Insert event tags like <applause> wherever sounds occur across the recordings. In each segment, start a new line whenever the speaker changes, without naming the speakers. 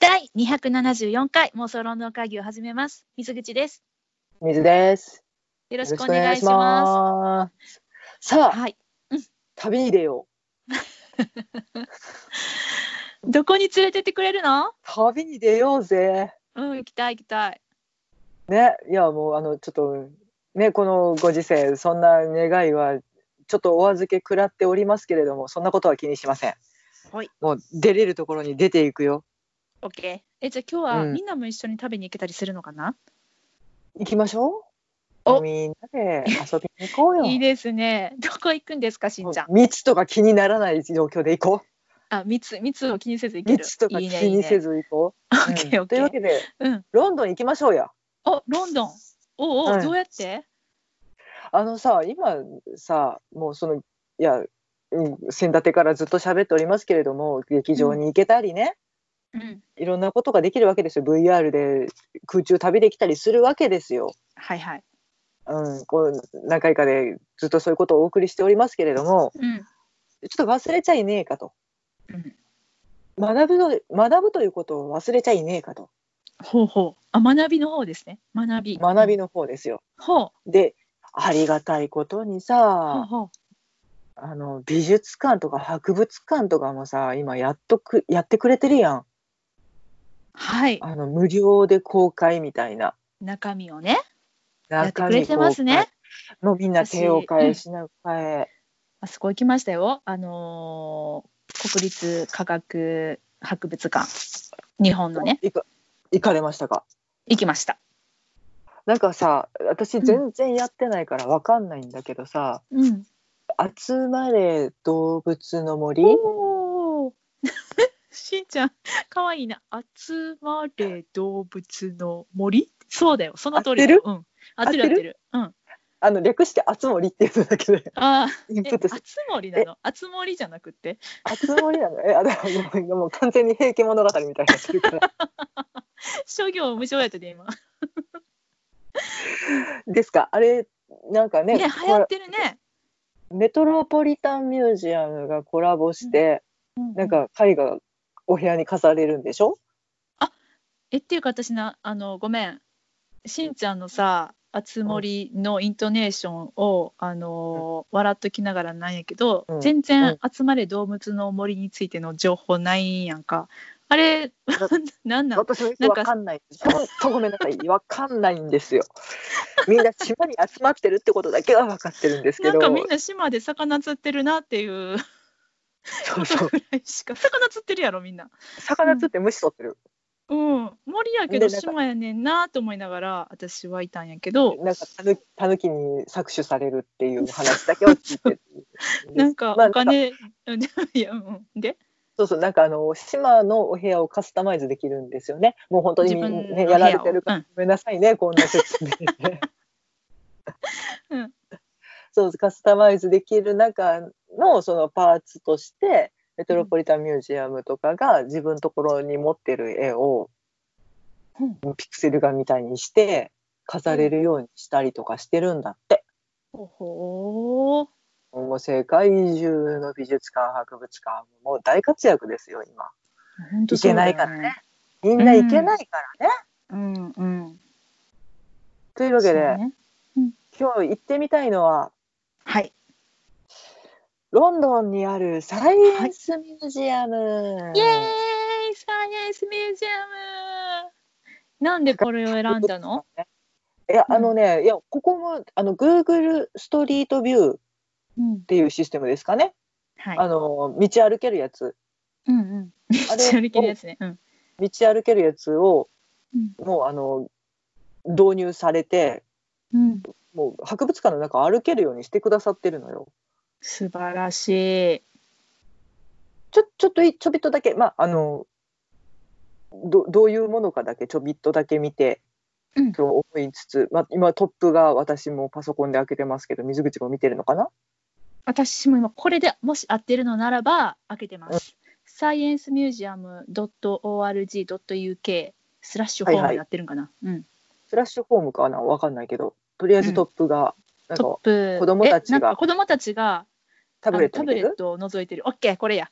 第274回妄想論の会議を始めます。水口です。
水です。
よ
よ
ろしくお願いします。
す。さあ、
はい。
旅に出よう。
どこに連れてってくれるの
旅に出ようぜ。
うん、行きたい行きたい。
ね、いや、もう、あの、ちょっと、ね、このご時世、そんな願いは、ちょっとお預け食らっておりますけれども、そんなことは気にしません。
はい。
もう、出れるところに出ていくよ。
オッケー。え、じゃあ今日は
うん
みんなも一緒に食べに行けたりするのかな、
行きましょ
お
う。みんなで遊びに行こうよ。
いいですね。 <laughs> どこ行くんですか、しんちゃん。
密とか気にならない状況で行こ
あ、密、密を気にせず行
う。
ける。
密とか
い
気
いね
にせ
ず。
ず行こ
オ
う。
ッケー
う
オッ
んと
ケ
いうわ
ー。
けで、
うん。
ロンドン行きましょうや。
お、ロンドン。おうおう、
うん
どうやって
あのさ今さもうそのいやうん先立てからずっと喋っておりますけれども劇場に行けたりね、
うん。
いろんなことができるわけですよ VR で空中旅できたりするわけですよ。
はいはい。
うん、こう何回かでずっとそういうことをお送りしておりますけれども
うん。
ちょっと忘れちゃいねえかと
うん。
学ぶの学ぶということを忘れちゃいねえかと
ほうほう。あ、学びの方ですね。学び。
学びの方ですよ。
ほう。
でありがたいことに
ほう
さ
ほう。
あの美術館とか博物館とかもさ今やっとくやってくれてるやん。
はい。
あの無料で公開みたいな。
中身をね。やって
中
く
身
れてますね。
公開。もうみんな手を変え、品を変え。
あそこ行きましたよ。あのー国立科学博物館。日本のね。
いか行かれましたか
行きました。
なんかさ私全然やってないからわかんないんだけどさ
うん。
「集まれ動物の森」
おお。 <laughs> しんちゃん、可愛いな。集まれ動物の森。そうだよ。その通りだよ。うん。合ってる合
合
っ
ってて
る。うん。あ
あの略して「あつ森」っていうのだけで
あー。
イン
え、
プットし
あ
て
つ森なの。あつ森じゃなくって。 <laughs>
「あつ森」なのえあだからもう <laughs> もう完全に「平家物語」みたいになってるから
商業無償やったで、今。
ですかあれなんかね
ね、流行ってるね。
メトロポリタンミュージアムがコラボして、なんか絵画お部屋に飾れるんでしょ
えっていうか私なあのごめんしんちゃんのさ「あつ森」のイントネーションを、あのー笑っときながらなんやけど、
うん
全
う
然
ん
「集まれ動物の森」についての情報ないんやんかあ
<laughs>
れなんなん
私もよく
なんか
わかんない本当ごめんなさいわかんないんですよ <laughs> みんな島に集まってるってことだけは分かってるんですけ
なん
ど
かみんな島で魚釣ってるなっていう
そう
こと
そう
ぐらいしか魚釣ってるやろみんな
魚釣って虫取ってる、
うん森やけど
でなんか
島やねんなと思いながら私はいたんやけど
なんかたぬたぬきに搾取されるっていう話だけは聞いてる
なんか
まあ
お金、うん <laughs> いやうんで
そうそうなんかあの島のお部屋をカスタマイズできるんですよねもう本当に
自分の部
ね
屋を
やられてるから、
うん
ごめんなさいねこんな説明で
<laughs> うん
そうカスタマイズできる中のそのパーツとしてメトロポリタンミュージアムとかが自分のところに持ってる絵を
うん
ピクセル画みたいにして飾れるようにしたりとかしてるんだって。
ほほー
もう世界中の美術館博物館もう大活躍ですよ今。
本当
行けないからね。みんな行けないからね。
うんうん。
というわけで、
そうね
今日行ってみたいのは
はい。
ロンドンにあるサイエンスミュージアム。
イエーイサイエンスミュージアムなんでこれを選んだの
いやあのね、いやここもあの Google ストリートビューっ
うん。
ていうシステムですかね。
はい。
あの道歩けるやつ。
うんうん。
あ
めっちゃ
れ
売り切るやつね。うん。
道歩けるやつを、
うん
もうあの導入されて
うん、
もう博物館の中歩けるようにしてくださってるのよ。
素晴らしい。
ちょちょっといちょびっとだけまああのどどういうものかだけちょびっとだけ見て。
うん
と思いつつ、まあ、今トップが私もパソコンで開けてますけど水口も見てるのかな
私も今これでもし合ってるのならば開けてます。サイエンスミュージアム .org.uk スラッシュホームやってるんかな。うん。
スラッシュホームかなわかんないけどとりあえずトップが、なんか
トップ。
子供たちが
えなんか子供たちが
タブレット
あの
見
タ
て
ブレッ
る
トを覗いてる。オッケーこれや。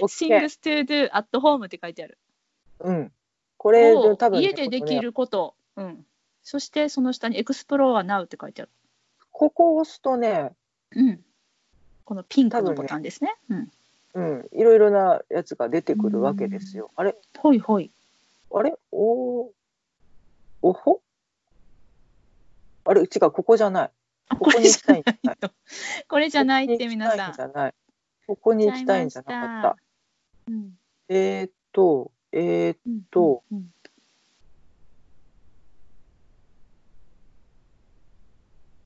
オッケー
Things to do at home って書いてある。
うん。これ
を
多分ね
家でできること、うん、そしてその下に「エクスプロー r Now」って書いてある、
ここを押すとね、
うん、このピンクのボタンですね。うん、
うん、いろいろなやつが出てくるわけですよ。あれ
ほいほい
あれおーおほあれ違うここじゃない。
あ
ここに行きたいんじゃない。
とこれじゃないって皆さん。
ここに行きたいんじゃない。ここに行きたいんじゃなかった。
うん
えーっとえーっ
うん
と
うん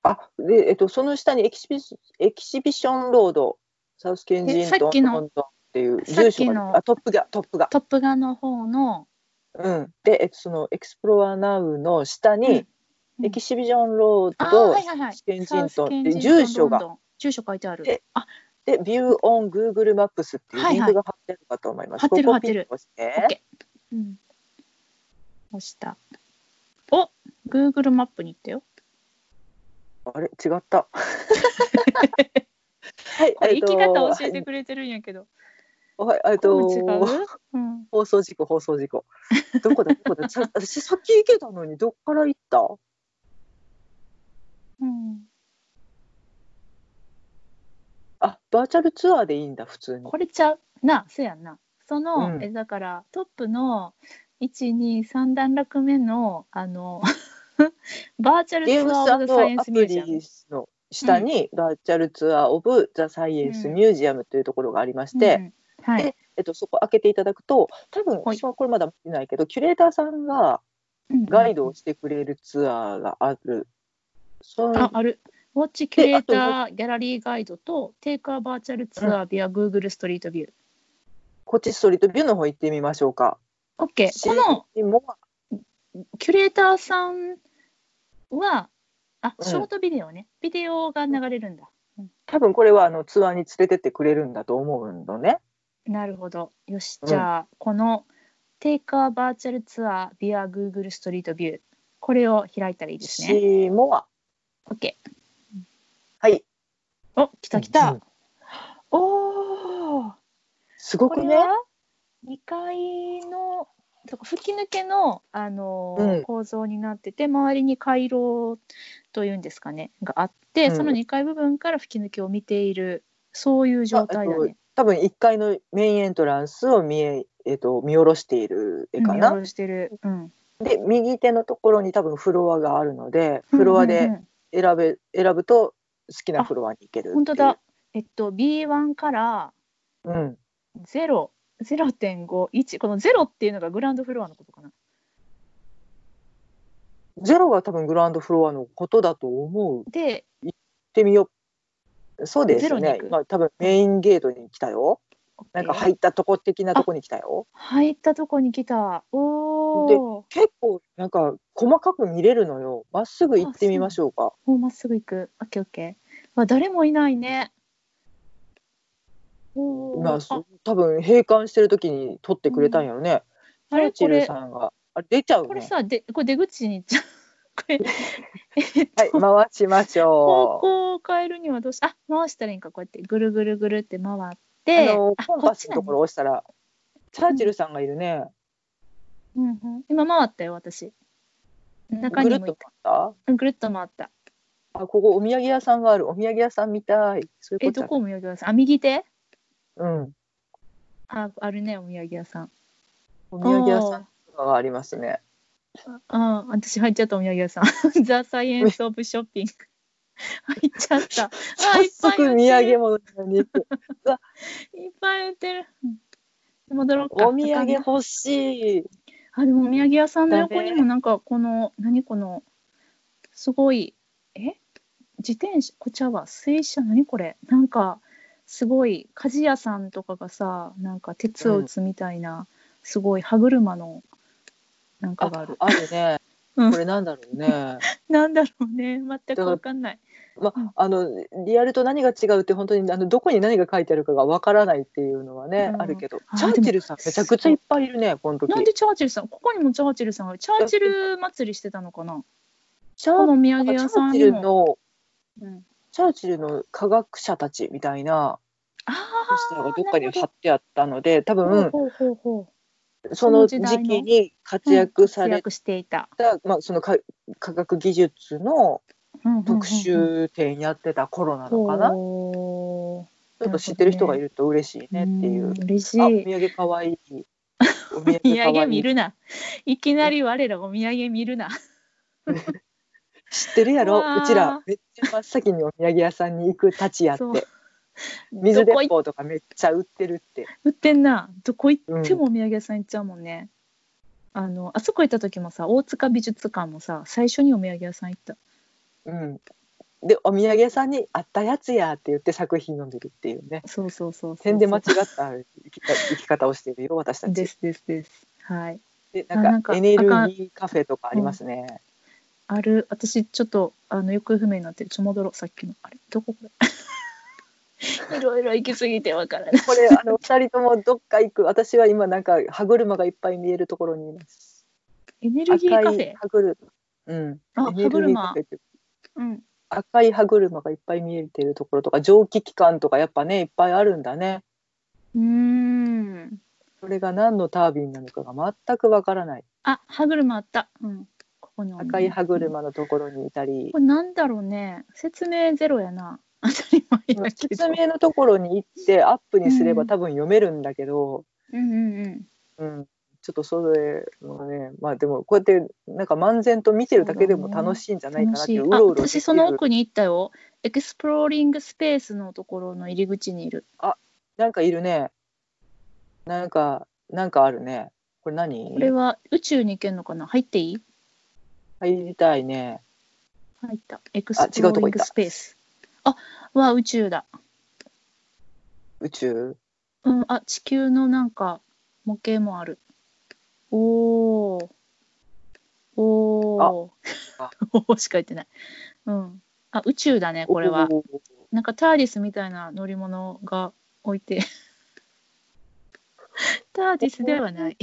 あでえっとその下にエキシビシエキシビションロードサウスケンジン
えさ
ト
っき
ン
の
ロンドンっていう
さっき
住所
の
があトップがトップが
トップガンの方の
うんでえっとそのエクスプロー r ーナウの下に、
うんうん
エキシビションロ
あ
ー
ー
ド、
はいはいはい
スケンジン
サウ
ト
スケ
ン
ン
で
ジントン
住所が
ロンドン住所書いてある。
で
あ
で、View on Google Maps っていう
はい
リン
はい
クが貼ってあるかと思います。
貼ってる
ここ
貼ってる
ピンと押し
オッ
て
ケー。うん。押した。お、Google マップに行ったよ。
あれ違
<laughs>
った。はい、
これ
えっ
行
と
き方教えてくれてるんやけど。
はい、えっ
ことう違う？うん。
放送事故放送事故。 <laughs> どこだどこだ。ちょ私さっき行けたのにどっから行った？
うん。
あ、バーチャルツアーでいいんだ普通に。
これちゃうなそうやんなその、
うん
えだからトップの123段落目のあの <laughs> バーチャルツ
ゲーム
ア
ズ
ー・オブ・ザ・サイエン
ア
ス・ミュ
プ
ージアム
リの下にバーチャルツアーオブザサイエンスミュージアムというところがありまして。
うんはい、
でえっと、そこ開けていただくと多分
はい
私はこれまだ見てないけど、キュレーターさんが
うん
ガイドをしてくれるツアーがある。そ
あ
の
あるウォッチキュレータ
で
ーギャラリーガイドとテイクアバーチャルツアービア Google ストリートビュー。
こっちストリートビューの方行ってみましょうか。
OK
し
この
も
キュレーターさんはあ
うん
ショートビデオね、ビデオが流れるんだ
多分これはあのツアーに連れてってくれるんだと思うのね。
なるほど。よし、
うん
じゃあ、このテイカーバーチャルツアービア Google ストリートビュー、これを開いたらいいですね。
しもは
OK。
はい。
お、来た来た。
うん
おー、
すご
こ
く
れ
ね。
は2階のそこ吹き抜けの、あのー
うん
構造になってて、周りに回廊というんですかね、があって、
うん
その2階部分から吹き抜けを見ている、そういう状態だ
あえっ
ね
と。多分1階のメインエントランスを見え、えっと、見下ろしている絵か
見
な。
下ろしてる。うん。
で右手のところに多分フロアがあるのでフロア
うんうん
で
うん
選べ選ぶと好きなフロアに行けるっていう
本当だ。。えっと B1 から
うん。
0、0.51この0っていうのがグランドフロアのことかな。
ゼロが多分グランドフロアのことだと思う。行っ
で、
てみよう。そうで
ゼロ
す
に行
ね
く。
まあ多分メインゲートに来たよ。なんか
OK
入ったとこ的なとこに来たよ。
入ったとこに来た。おお。
結構なんか細かく見れるのよ。まっすぐ行ってみましょうか。
もうまっすぐ行く。オッケーオッケー。まあ誰もいないね。お
まあ
ーあ
多分閉館してる時に撮ってくれたんやろね。
あれこ
チャーチル
れ
さんがあれ出ちゃうね。
これさでこれ出口にじゃこれえっと
はい回しまし
方
ょう。
向を変えるにはどうしあ回したらいいんかこうやってぐるぐるぐるって回っ
あ
て
の
あ
コン
こ
パ
っ
ス
ちだ
のと
ね
ころを押したら、チャーチルさんがいるね。
うんうん、今回ったよ私中
ぐる
にも
っと
い
回ったた。
うんぐるっと回った
あ、ここお土産屋さんがある。お土産屋さんみたい。そうい
え
うこと
ど
だ
こお土産屋さんあ右手
うん。
ああるねお土産屋さん
お土産屋さんとかがありますね。
あー私入っちゃったお土産屋さん <laughs> ザ・サイエンス・オブ・ショッピング <laughs> 入っちゃったあー
早速土産物に行く。
いっぱい売ってるうん戻ろうか
お土産欲しい。
あでもお土産屋さんの横
だね
にもなんかこの何このすごいえ自転車こちらは水車何これなんかすごい鍛冶屋さんとかがさなんか鉄を打つみたいな、すごい歯車のなんかがある
あるね。
うん
これなんだろうね。
なんだろうね全くわかんない
ま
うん
あのリアルと何が違うって本当にあのどこに何が書いてあるかがわからないっていうのはね、
うん
あるけど。
あ
チャーチルさんめちゃくちゃいっぱいいるねこの時。
なんでチャーチルさんここにもチャーチルさんがチャーチル祭りしてたのかな
チャ
このお土
ー
産
チャ
屋さ
ー
ん
チ
に
ル
も、
の
うん、
チャーチルの科学者たちみたいな。
あ
ポスターが
あ
どっかに貼ってあったので多
ほう
分
ほうほうほ
その時期に活躍さ
活
れ
躍していた。
た、まあ、そのか科学技術の
うんうんうんうん
特集展やってた頃なのかな、
ほ
ちょっと知ってる人がいると嬉しいうねっていう。
ん嬉し
あお土
い。
産かわいい。お土
お土
産かわ
産
い
見
い。
るな。いきなり我らお土産見るな。
知ってるやろ
うわー
うちらめっちゃ真っ先にお土産屋さんに行くたちやっ
そう
て。水
どこ
鉄
行っ
砲とかめっちゃ売ってるって。
売ってんな。どこ行ってもお土産屋さん行っちゃうもんね。あのあそこ行った時もさ大塚美術館もさ最初にお土産屋さん行った
うん。でお土産屋さんにあったやつやって言って作品飲んでるっていうね。
そうそうそうそう
点で間違った生きた生き方をしているよ私た
で
ち。
すですですはい
で
あな
なんん
か
かエネルギーカフェとかありますね。
ある私ちょっとあの行方不明になってるちょ戻ろうさっきのあれ <laughs> どここれいろいろ行き過ぎてわからない
これあの二人ともどっか行く。私は今なんか歯車がいっぱい見えるところにいます。
エネルギーカ
赤
フ
い
ェ
歯車。うん。
あ
エネルギー
歯車
カフェって
うん
赤い歯車がいっぱい見えてるところとか蒸気機関とかやっぱねいっぱいあるんだね
うーん
それが何のタービンなのかが全くわからない
あ歯車あったうんここにあるね
赤い歯
こ
車のところにいたり
れなんだろうね説明ゼロやな当たり前やけど
説明のところに行ってアップにすれ
う
ば
ん
多分読めるんだけど、
うんうんうん
うん、ちょっとそれもねまあでもこうやってなんか漫然と見てるだけでも楽しいんじゃないかな
楽
っ
してい
い
あ
ううろうろでき
私
る
その奥に行ったよエクスプローリングスペースのところの入り口にいる
なんかいるねなんかなんかあるねこれ何
これは宇宙に行けるのかな入っていい
入りたいね
入った。エク
あ
ス
違
プロ
う
ー
と
リン
こ行っ
グ
た
スペース。あ、は宇宙だ。
宇宙
うん、あ、地球のなんか模型もある。おー。お
あ
ー。 <laughs> おーしか言ってない。うん。あ、宇宙だね、これは。
おー
なんかターディスみたいな乗り物が置いて。 <laughs> ターディスではない。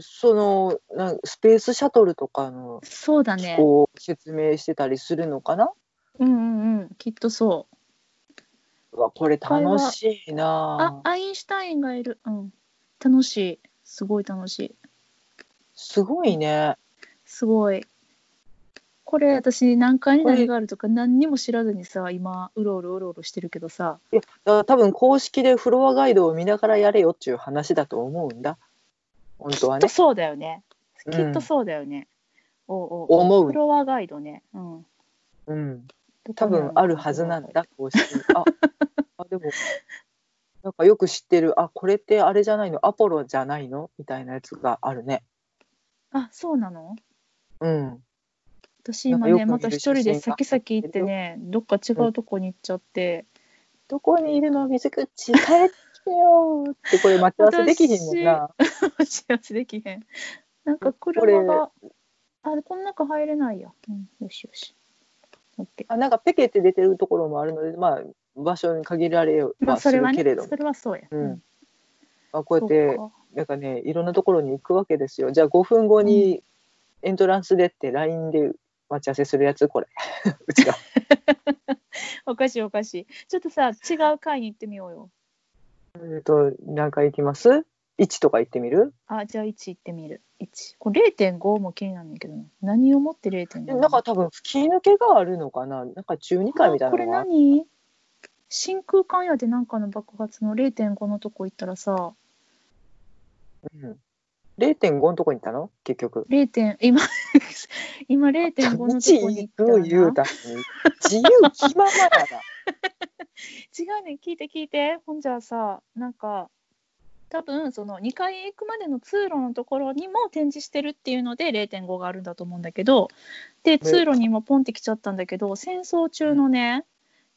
そのなんスペースシャトルとかの
そうだ
機
ね。
構を説明してたりするのかな、
うんうんうん。きっとそう。
うわこれ楽しい
あ
な、あ
アインシュタインがいる。うん。楽しい。すごい楽しい。
すごいね
すごい。これ私何階に何があるとか何にも知らずにさ今うろうろうろうろしてるけどさ
いやだから多分公式でフロアガイドを見ながらやれよっていう話だと思うんだ本当
き
は
っと
ね
そうだよね、
うん
きっとそうだよねおうおう
思う
フ、ロアガイドね、うん、
うん、
どこ
多
にの
分あるはずなんだ公式
<laughs>
ああでもなんかよく知ってるあこれってあれじゃないのアポロじゃないのみたいなやつがあるね
あそうなの
うん
私今
なん
ね
かよく見る
また一人で先々行ってねどっか違うとこに行っちゃって、
どこにいるの水口帰ってよーってこれ待ち合わせできひんもんな。
<laughs> 幸せできへんなんか車があれこの中入れないや、うん、よしよし OK
あなんかペケって出てるところもあるので、まあ、場所に限られよう
まあ
は
そ
す
れ
る
はね
けれども、
それはそうや、
うん
ん
まあ、こうや
そう
って
か
なんかねいろんなところに行くわけですよじゃあ5分後にエントランスでって LINE で待ち合わせするやつこれ <laughs>
<laughs>
うちら
おかしいおかしい。ちょっとさ、違う会に行ってみようよ。
えっと何回行きます ?1 とか行ってみる
あ、じゃあ1行ってみる。1。これ0.5も気になるんだけどな。何をもって0.5
でなんか多分吹き抜けがあるのかななんか中2階みたい
あこ
な
れ
のが
何真空管やでなんかの爆発の0.5のとこ行ったらさ、
うん、0.5のとこに行ったの結局
0. 今、 <laughs> 今0.5のとこに行った
道行く言
ら
う
な。
たのに自由気ままやな。
違うねん、聞いて聞いて。ほんじゃあさ、なんか、多分その2階へ行くまでの通路のところにも展示してるっていうので0.5があるんだと思うんだけどで通路にもポンって来ちゃったんだけど戦争中のね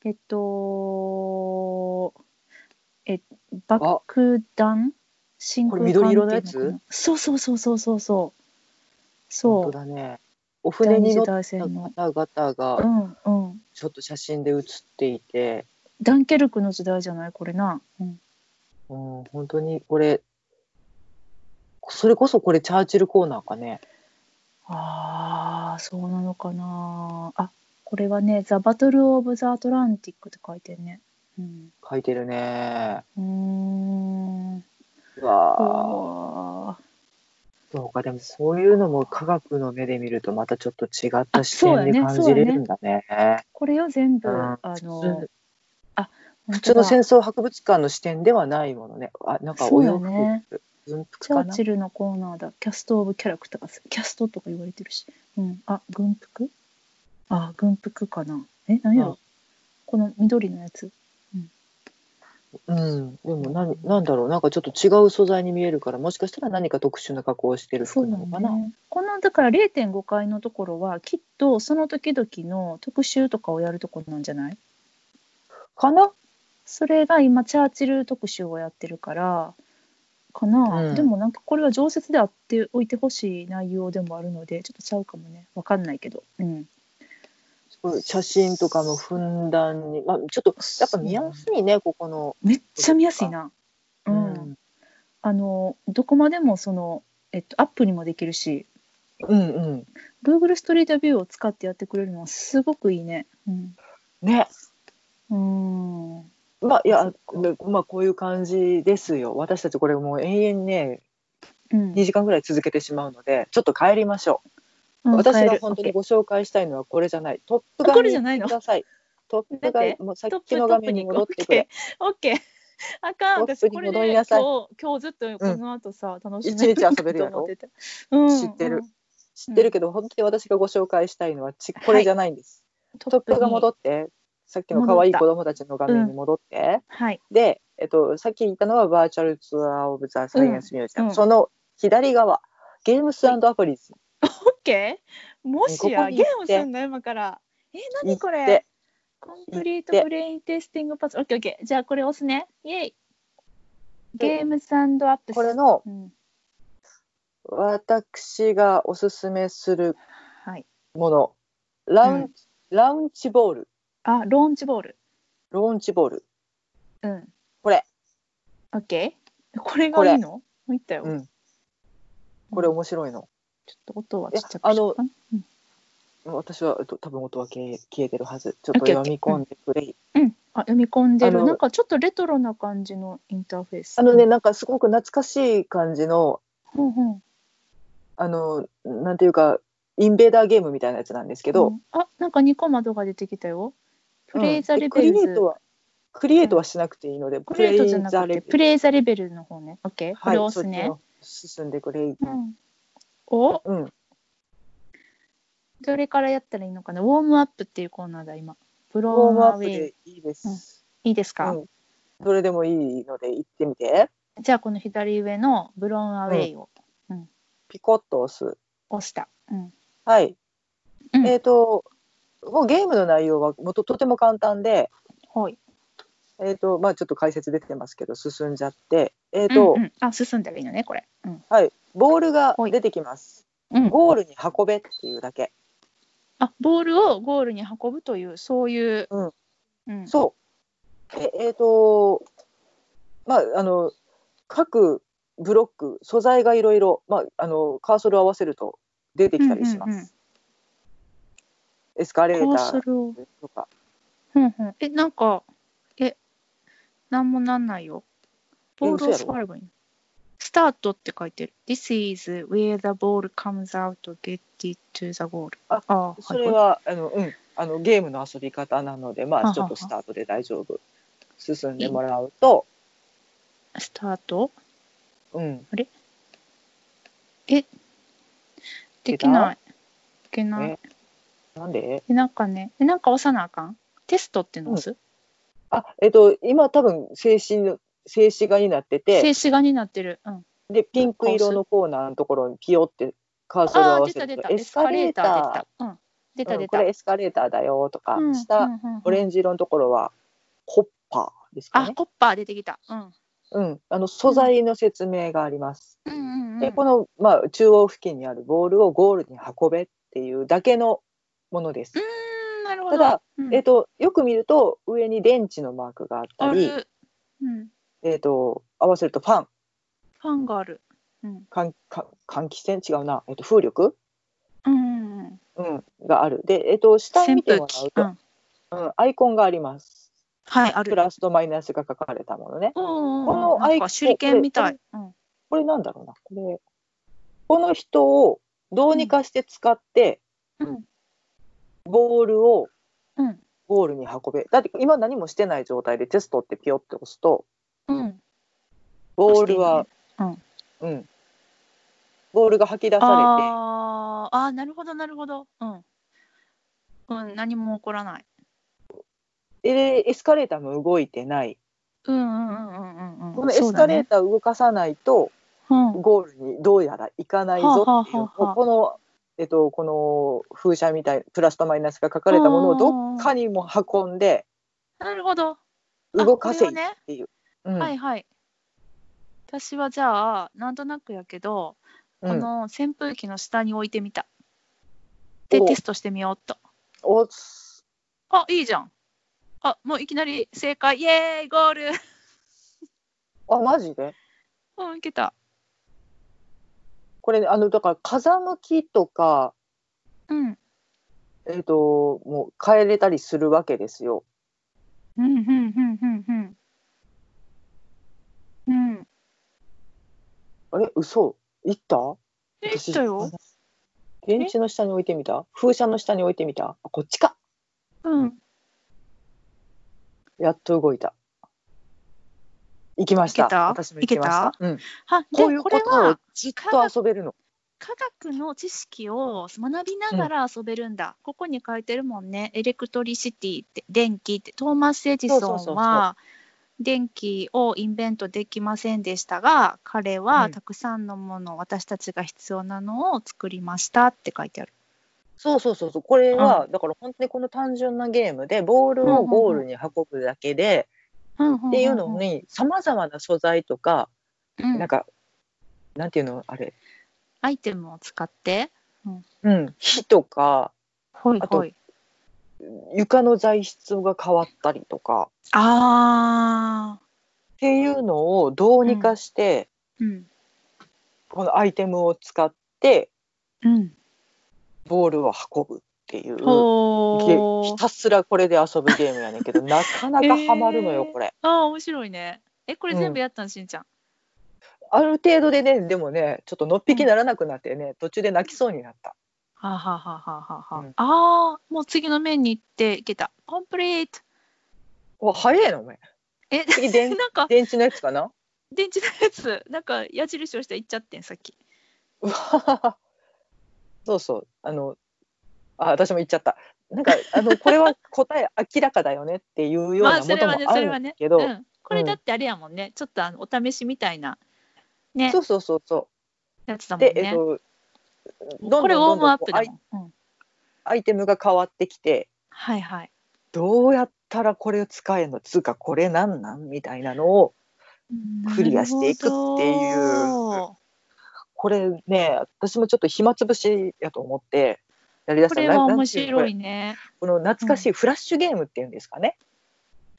えっとえ爆弾真空管っていう
これ緑色
の
の
か
や
な
つ
そうそうそうそうそうそう <laughs> そ
本当
う
だね。お船
第二
に
次
乗った
大戦の
方々
う
が
んうん
ちょっと写真で写っていて、
ダンケルクの時代じゃないこれな、うん、
うん、本当にこれ、それこそこれチャーチルコーナーかね。
ああそうなのかなあこれはね「ザ・バトル・オブ・ザ・アトランティック」って書いてるねうん
書いてるね。
うーん
うわわあ。
おー
そうか、でもそういうのも科学の目で見るとまたちょっと違った視
あそうだ
点で
ね
感じれるんだね。
これを全部、
うん
あの
普通
本
普通
当
の
だ
戦争博物館の視点ではないものね。あ、なんかお洋服、
そうだね
軍服
チャ
か
ー
な。
チルのコーナーだ。キャスト・オブ・キャラクターズ。キャストとか言われてるし。うん。あ、軍服あ、軍服かな。え、何や
うん
ろこの緑のやつ。
うん。でもなんなんだろう、なんかちょっと違う素材に見えるから、もしかしたら何か特殊な加工をしてる
そう
服な
だ
のかな。
ね。この、だから0.5階のところは、きっとその時々の特集とかをやるところなんじゃない
かな
それが今、チャーチル特集をやってるから、かな、
うん
でもなんかこれは常設であっておいてほしい内容でもあるので、ちょっとちゃうかもね。わかんないけど。うん。
すごい写真とかもふんだんに、まあ、ちょっとやっぱ見やすいね、ここの。
めっちゃ見やすいな。うん
うん
あのどこまでもその、えっと、アップにもできるし
うん。
Google ストリートビューを使ってやってくれるのはすごくいいね。
ね。
うん、うーん
まあ、
そ
いや
っ、か
まあ、こういう感じですよ。私たちこれもう永遠ね、
うん
2時間ぐらい続けてしまうので、ちょっと帰りましょう。私が本当にご紹介したいのはこれじゃない。トッ
あ
プ
こ
画
れじゃない
面
の
ください。トップ画
だっ
面、
て
もうさ
オ
っ
ッケートップト
きの画
ップ
面に
に
戻ってくれ。
オッケーオッケー <laughs> あかん
トッ
私
プ
こ
に
れで
戻り
今
なさい
日今日ずっとこの後さ、楽し
一日遊べるやろ
と思ってて、うん、
知ってる
うん
知ってるけど、本当に私がご紹介したいのはち、これじゃないんです。トップが戻
に
って、さっきの可愛い子供たちの画面に戻って。
はい
で、えっと、さっき言ったのはバーチャルツアー・オブ・ザ・サイエンス・ミュージアム、
うん
その左側、ゲームスアプリーズ、
オッケーもし
ここ
や
に
ゲ
行
ー
っ
ム
て
すんの今からえ何こ
行
れ
って
コンプリート
行って
ブレインテスティングパズル。オッケーオッケー。じゃあこれ押すね。イェイ。ゲームサンドアップス。
これの
うん。
私がおすすめする
はい。
もの、ラウン,、
うん
ラウンチボール、
あ、ローンチボール。
ローンチボール、
うん。
これ、
オッケー。これ
こ
が
れ
いいの入ったよ。
うん、これ面白いの。
ちょっと音はちっちゃくしようか
いやあの
なうん
私は、えっと、多分音は消え消えてるはず。ちょっ
オッ
と
ケー
読み込んでくれい。
うん。あ、読み込んで
あ
る。
の
なんかちょっとレトロな感じのインターフェース。
あのね、。なんかすごく懐かしい感じの、
うんうん。
あの、なんていうか、インベーダーゲームみたいなやつなんですけど、
うんあ、なんか2個窓が出てきたよ。プレイザ
うん
レ
でク
ベル
リエイ
ズ
ト。はクリエイトはしなくていいので、
プレイトじゃな
ザ
く
レ
て、
ベ
プ
ル
レイザレベルの方ね。オッケー。これを
はい
押すね。
そっちの進んでくれい、
うん。お
うん、
どれからやったらいいのかなウォームアップっていうコーナーだ今。ブ
ウ
ロ
ォー
ー
ム
ム
ア
ア
ッ
ウ
プ
ェイ。
でいいです、
いいです
う
か、
ん、どれでもいいので行ってみて
じゃあこの左上のブロームアウェイを
ピコッと押す
押した。うん。
はい、
うん
えっ、ともうゲームの内容はもととても簡単で
はい。
えっ、とまあちょっと解説出てますけど進んじゃってえっ、と、
うんうん、あ、進んだらいいのね、これ。うん。
はいボールが
はい
出てきます
うん、
ゴールに運べっていうだけ
あ、ボールをゴールに運ぶという、そういう。
うん
うん。
そう。ええーと、まあ、あの、各ブロック、素材がいろいろ、まあ、あの、カーソルを合わせると出てきたりします。
うんうんうん
エスカレー
こう
タ
す
ー
る。うん
とか。
うん。え、なんか、え、なんもなんないよ。ボールを
え嘘
座ればいいの。スタートって書いてる。This is where the ball comes out, get it to the goal.
あ
あ
それは、あの、うん、あの、ゲームの遊び方なので、ま
は
あ、
は
ちょっとスタートで大丈夫。進んでもらうと、
スタート
うん、
できない。いけない
え。なんで。
え、なんかね、え、なんか押さなあかんテストっていうのを押す、
あ、えっ、と、今、多分、静止の、静止画になってて
静。止画になってる。うん。
で、ピンク色のコーナーのところにピヨってカーソルを合
ああ、
わ
出
せ
た
る
出
と
た。エスカレーター出
エ
た。うん。出
スカ
た
レーターう
出
んこ
た。
れエスカレーターだよとか、
うん、
下、
うんうんうん
オレンジ色のところはコッパーですか
あ、
ね。
コッパー出てきた。うん。
うん、あの素材の説明があります。
うんうんうん。
で、この、まあ、中央付近にあるボールをゴールに運べっていうだけのものです
う。ーん、なるほど。
ただ、
うん、
えっと、よく見ると上に電池のマークがあった
あ
り、
る。うん。
えっと、合わせるとファン、
ファンがある。うん。
換換換気扇違うな、えっと、風力、
うんうんうん。
うん、がある。で、えっと、下見
扇
ても
風機
らう。
う、
と
ん。
うん、アイコンがあります。
はい、あ
プ
る。
ラスとマイナスが書かれたものね。
こ
このアイコン
手裏剣みたい。うん。
これなんだろうなこれこの人をどうにかして使って
うん
ボールを
うん
ゴールに運べだって今何もしてない状態でテストってピヨって押すと
うん
ボールは
うん
うんボールが吐き出さ
あーあーなるほどなるほどうん、うん、何も起こらない
れてでエスカレーターも動いてない
うんうんうんうんうんうん
このエスカレーターを動かさないと
そうだね
ゴールにどうやら行かないぞっていう
はあはあはあはあ
このえっとこの風車みたいプラスとマイナスが書かれたものをどっかにも運んで
うんなるほどあ
動かせ
これを
い
ね
うん
はいはい私はじゃあなんとなくやけど、
う
こ
ん
の扇風機の下に置いてみたで
お
テストしてみようっと
おつ
あいいじゃんあもういきなり正解イエーイゴール <laughs>
あマジで
うんいけた
これねあのだから風向きとか
うん
えっともう変えれたりするわけですよ
うんうんうんうんうんうん
あれ嘘行った
え
私
いったよ
電池の下に置いてみた風車の下に置いてみたあこっちか
うん
やっと動いた行きました
行けた
私も行きました
行
うん
はで
こういう
こ
こ
れ
とを
は
ずっと遊べるの。
科学の知識を学びながら遊べるんだ、ここに書いてるもんねエレクトリシティって電気ってトーマス・エジ
そうそう
ソ
そ
ン
うそ
は電気をインベントできませんでしたが彼は
うん
たくさんのもの、私たちが必要なのを作りましたって書いてある。
そうそうそうそうこれは、だから本当にこの単純なゲームでボールをゴールに運ぶだけで、っていうのにさまざまな素材とか、
うん
なんかなんていうのあれ、
アイテムを使って
うん、火とか
ほい
あと
ほい
床の材質が変わったりとか
ああ
っていうのをどうにかして、
うん
このアイテムを使って
うん
ボールを運ぶっていう。で
ほ
ひ
ー
たすらこれで遊ぶゲームやねんけどなかなかハマるのよ
えー
これ、
あー面白いねえこれ全部
うん
やったんしんちゃん
ある程度でねでもねちょっとのっぴきならなくなってね途中で泣きそうになった
はあ、はあはあはあはあ
うん
あーもう次の面に行っていけたコンプリート
お早いなお前
え
次
<laughs>
電
なんか
電池のやつかな
電池のやつなんか矢印をして行っちゃってんさっき
うわそうそうあのあ私も言っちゃったなんかあのこれは答え明らかだよねっていうよう
ま
な
あ
も
それ
のも
はね
あ
それ
る
は
んだ
ね
け
う
どそうん
これだってあれやもんね、ちょっとあのお試しみたいなね
そうそうそう
やつだもん
で、
ね、
えっとどんどん
これウォ
ど
ー
ん
ム
ど
ア
ん
ッ
こ
プ
うア
だ
イ
もん、うん、
アイテムが変わってきて
はいはい
どうやったらこれを使えんのつうかこれなんなんみたいなのをクリアしていくっていう
なるほど
これね私もちょっと暇つぶしやと思ってやりだし
こ
た
れ
な
は
なん
面
てうのこ
白
れ
いね
この懐かしいフラッシュゲームっていうんですかね、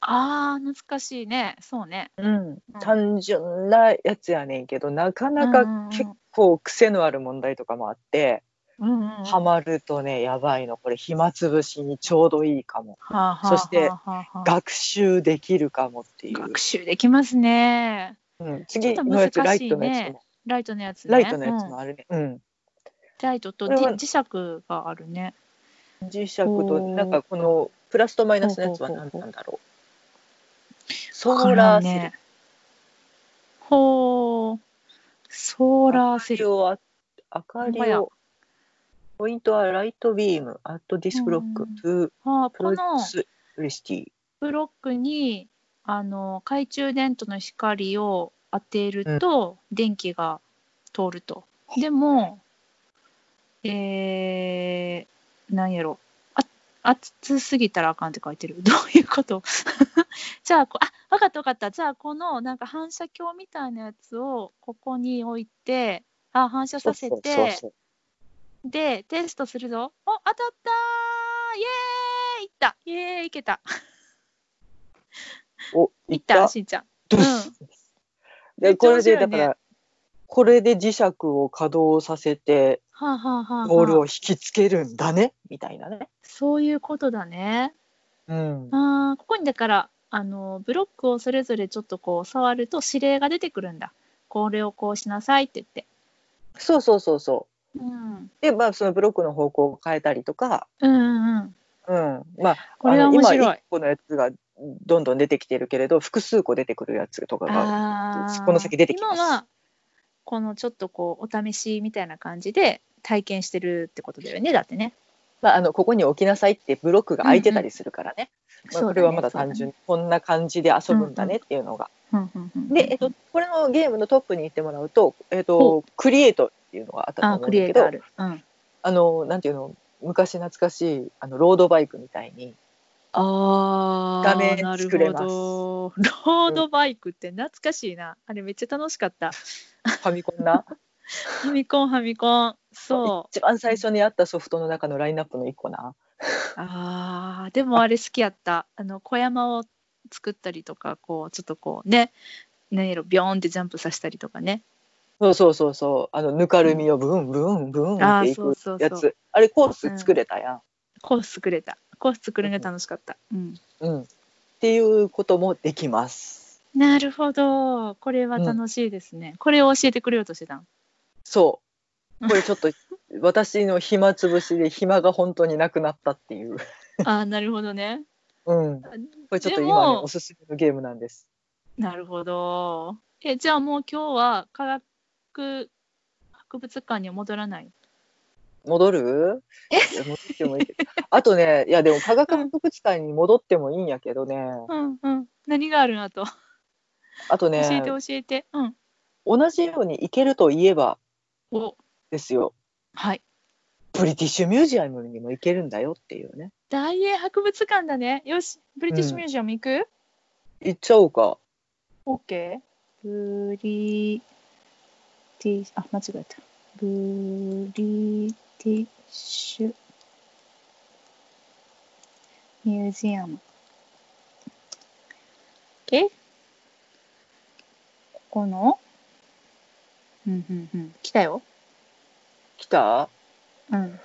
あー懐かしいねそうね
うん、単純なやつやねんけどなかなか結構癖のある問題とかもあっ
うん
て、
うんうん
ハマるとねやばいのこれ暇つぶしにちょうどいいかも
はあはあ
そして
はあはあはあ
学習できるかもっていう、
学習できますね
うん、
ょ
次
っと
のやつ、ラ
難
イ
し
ト
い
の
ね
やつも
ライトのやつね。
ライトのやつ
うん
もあるね、うん
ライトと
これは
じ磁石があるね。
磁石と
おー
なんかこのプラスとマイナスのやつは
ほうほ
何
うほう
なんだろうソーラーセル、
ね。ほう。ソーラーセル。
明かりをあ明か
ほんま
り
や
をポイントはライトビームアットディスクロック
うん
トゥ
あ
プ
こ
ロ
の
スリシティ
ブロックにあの懐中電灯の光を当てると、電気が通ると。でも、えー、なんやろあ熱すぎたらあかんって書いてる。 <laughs> どういうことじゃあこ、あわかったわかった。じゃあ、このなんか反射鏡みたいなやつをここに置いて、あ反射させて、
そうそう
で、テストするぞ。お当たったーイエーイいったイエーイいけた
そうお
い
い
っ
ったた
しんちゃん。
ドゥ
うん
ス
め
で
っちゃ
こ
面白い
れで
ね
だから、これで磁石を稼働させて
はあ、はあはあはあ、
ボールを引きつけるんだねみたいなね、
そういうことだね。
うん、
あーここにだからあのブロックをそれぞれちょっとこう触ると指令が出てくるんだ。これをこうしなさいって言って。
そうそうそうそう
うん。
でまあそのブロックの方向を変えたりとか
うんうん。
うんまあ
これは面
あの今
白い
1。個のやつがどんどん出てきてるけれど複数個出てくるやつとかが
あー
この先出てきます
今はこのちょっとこうお試しみたいな感じで体験してるってことだよねだってね。
まあ、あのここに置きなさいってブロックが空いてたりするからね、ま
そ
あ、
う
こ
だね
れはまだ単純にこんな感じで遊ぶんだねっていうのが。
うんうんうん
で、えっと、これのゲームのトップに行ってもらうと,、えっ
お
とクリエイトっていうのがあったと
あ
思う
ク
ん
リエイ
だけ
ター
ど
ある。うん、
あのなんていうの昔懐かしいあのロードバイクみたい <laughs> に
あ
画面作れま
な
す
るほどロードバイクって懐かしいな、あれめっちゃ楽しか
<laughs>
った。
ファミコンな
ファミコンファミコンそう。
一番最初にあったソフトの中のラインナップの一個な。
あーでもあれ好きやったあの小山を作ったりとかこうちょっとこうね何やろビョーンってジャンプさせたりとかね
そうそうそうそうあのぬかるみをブンブンブン
あー
ってい
そう
く
そうそう
やつあれコース作れたやん、
コース作れたコース作るのが楽しかった。うん
うん、っていうこともできます。
なるほど。これは楽しいですね。これを教えてくれようとしてた
<laughs>
ん。
そう。こ
<laughs>
れちょっと私の暇つぶしで暇が本当になくなったっていう。
ああ、なるほどね。
うん。これちょっと
で
今ね
も
おすすめのゲームなんです。
なるほど。え、じゃあもう今日は科学博物館には戻らない。
戻る？いや戻ってもいいけど。あとね、いやでも科学博物館に戻ってもいいんやけどね。
うんうん。何があるのと。
あと
教え
ね
て、教えて。うん。
同じように行けるといえば
お、
ですよ。
はい。
ブリティッシュミュージアムにも行けるんだよっていうね。
大英博物館だね。よし、ブリティッシュミュージアム行く、
行っちゃおうか。
オッケー。ブリティッシュ、あ、間違えた。ブリティッシュミュージアム。OK? ここのうんうんうん。来たよ。
来た？
うん。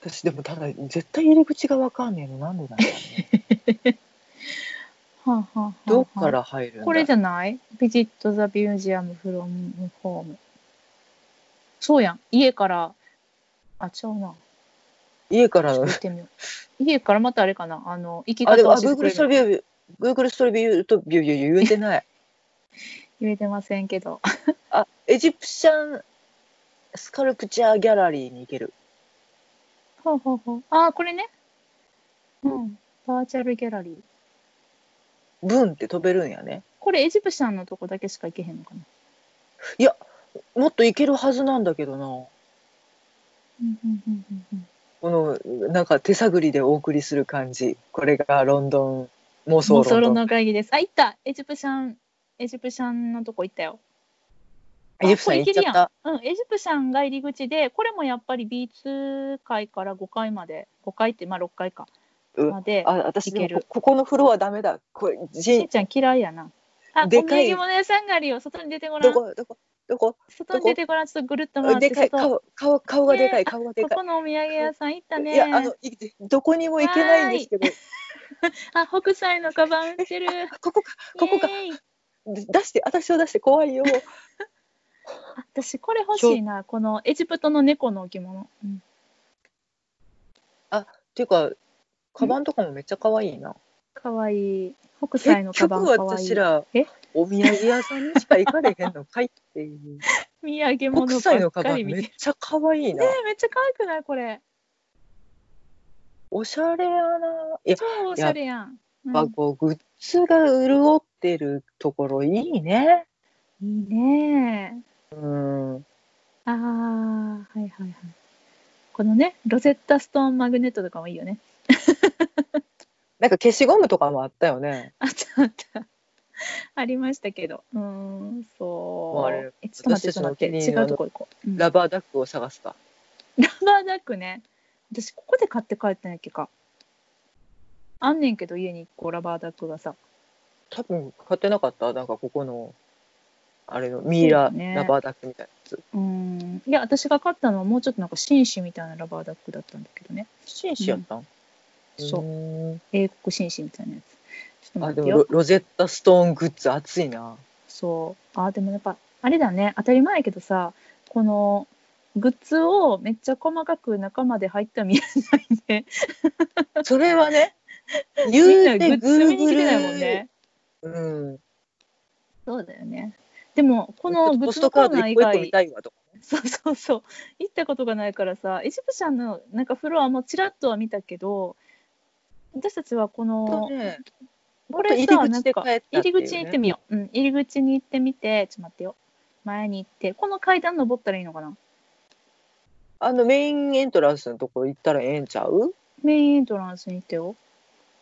私でもただ絶対入り口がわかんねえのなんでなんだろうね。
<laughs> はあはあはあはあ
どっから入るんだろう？
これじゃないビジット・ザ・ミュージアム・フロム・ホーム。そうやん。家から、あ、違うな。
家から
ちょ
の
っと行ってみよう。家からまたあれかな。あの、行き
あ、
方
でも、
を
あ
教えてく
Google
れ
ス
る
トリートビュー、Google ストリービューとビュービュー言うて
<laughs>
ない。
言えてませんけど。
あ、エジプシャンスカルプチャーギャラリーに行ける。
ほうほうほう。あー、これね。うん。バーチャルギャラリー。
ブンって飛べるんやね。
これエジプシャンのとこだけしか行けへんのかな。
もっと行けるはずなんだけどな。
うんうんうんうんうん。
この、なんか手探りでお送りする感じ。これがロンドン、妄
妄
想
想論
ロンドン。
の会議です。あ、行ったエジプシャン、エジプシャンのとこ行ったよ。
エジプシャン行っちゃった。
うん、エジプシャンが入り口で、これもやっぱり B2 階から5階まで、5階ってまあ6階か、
うん
まで、
あ、私で
行け
も
る
こ、ここのフロアダメだ。これ、
しー
人、
ちゃん嫌いやな。あ、お土
でかい
産物屋さんがあるよ。外に出てごら
ど
ん。
こ、どこ、どこ、
外に出てごらん。ちょっとぐるっと回って。
でかい、
外こ
顔、顔、顔がでか
ね
い、顔がでかい。
このお土産屋さん行ったね。
いや、あの、いどこにも行けないんで
<laughs>
すけど、
あ北斎のカバン売ってる。
あここか、 <laughs> ここか
イエーイ
で出して私を出 <laughs> して怖いよ
あ私、これ欲しいな。このエジプトの猫の置物。うん
っていうかカバンとかもめっちゃ可愛いな
かわいい。北斎のカ
結
バ
局
ンかわい
私
い。
ら
え
お土産屋さんにしか行かれへんのかいっていう
<laughs> 土産
北
物
斎
ば
の
っ
カ
か
バ
り
ン
見て
め
る
っちゃ可愛いな、
ねえめっちゃ可愛くないこれ
おしゃれやないや
超おしゃれやん
やっぱこうグッズが潤ってるところいいね
うん、いいね
うん
あーはいはいはいこのねロゼッタストーンマグネットとかもいいよね
なんか消しゴムとかもあったよね
<laughs> あったあったありましたけどうーんそう
もうあれ
えちょっと待って
私
ちょ
た
っと待っ
ちの
て
お気に
違
入りの
うとこ行こう、うんラ
ラバーダックを探すか
バーダックね私ここで買って帰ったんやっけかあんねんけど家に1個ラバーダックがさ
多分買ってなかったなんかここのあれのミイラ、
そうね
ラバーダックみたいなやつ
うーんいや私が買ったのはもうちょっとなんか紳士みたいなラバーダックだったんだけどね
紳士やったん、
うんそう
うん
英国紳士みたいなやつ。ちょっと
あ
待
で
っ
も
てよ。
ロロゼッタストーングッズ熱いな。
そう。あ、でもやっぱあれだね当たり前やけどさこのグッズをめっちゃ細かく中まで入った見えないね
それはね、
<laughs> みん
言
なグ
うて
ッズ見に来てないもん
Google
ね。
うん。
そうだよねでもこのグッ
ポス
ズの
ト
コ
カ
ー
ード
ナー
一
以
個一個見
外
たいわとか。
そうそうそう行ったことがないからさエジプシャンのなんかフロアもちらっとは見たけど私たちはこ
と
の
ね、
こ
と
れ
入り
さ
口
なん
使
か
えたってい
入り
うね
口に行ってみよう、うん、入り口に行ってみてちょっと待ってよ前に行ってこの階段登ったらいいのかな
あのメインエントランスのとこ行ったらええんちゃう
メインエントランスに行ってよ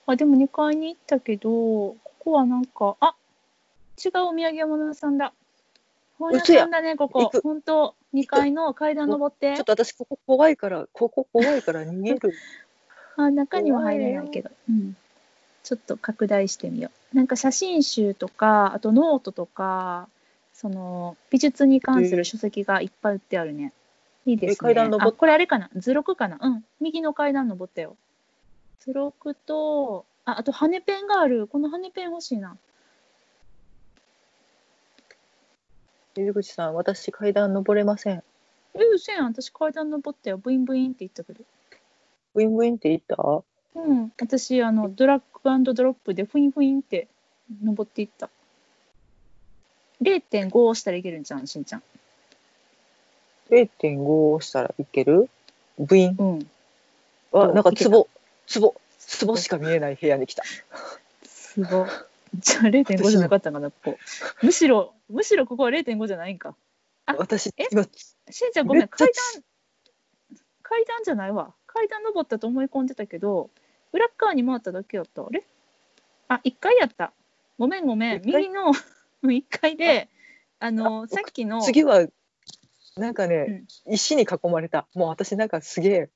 あでも2階に行ったけどここはなんかあ違うお土産物屋さんだ本屋
嘘や
さんだねこ
行
こ
く
本当2階の階段登って
ちょっと私ここ怖いから、ここ怖いから逃げ
<laughs>
る。
あ中には入れないけど、うん、ちょっと拡大してみようなんか写真集とかあとノートとかその美術に関する書籍がいっぱい売ってあるね、いいですね
え階段登
あ
っ
これあれかな図録かなうん右の階段登ったよ図録とああと羽ペンがあるこの羽ペン欲しいな
水口さん、私階段登れません。
えうせやん私階段登ったよブインブインって言ったけど
ウィンウィンって言った
うん私あのドラッグドロップでフインフインって登っていった0.5押したらいけるんじゃんしんちゃん
?0.5 押したらいけるブイン。
うん
あ、なんか
いけた
壺、壺、壺しか見えない部屋に来た。
すごい <laughs> じゃあ0.5じゃなかったんかなここむしろむしろここは0.5じゃないんかあ
私
え、
今、
しんちゃんご
め
めん
っちゃ
階段階段じゃないわ階段登ったと思い込んでたけど裏っ側に回っただけやったあれあ一1階やったごめんごめん
一階
右の1 <laughs> 階であのさっきの
次は、なんかね、石に囲まれた。もう私なんかすげ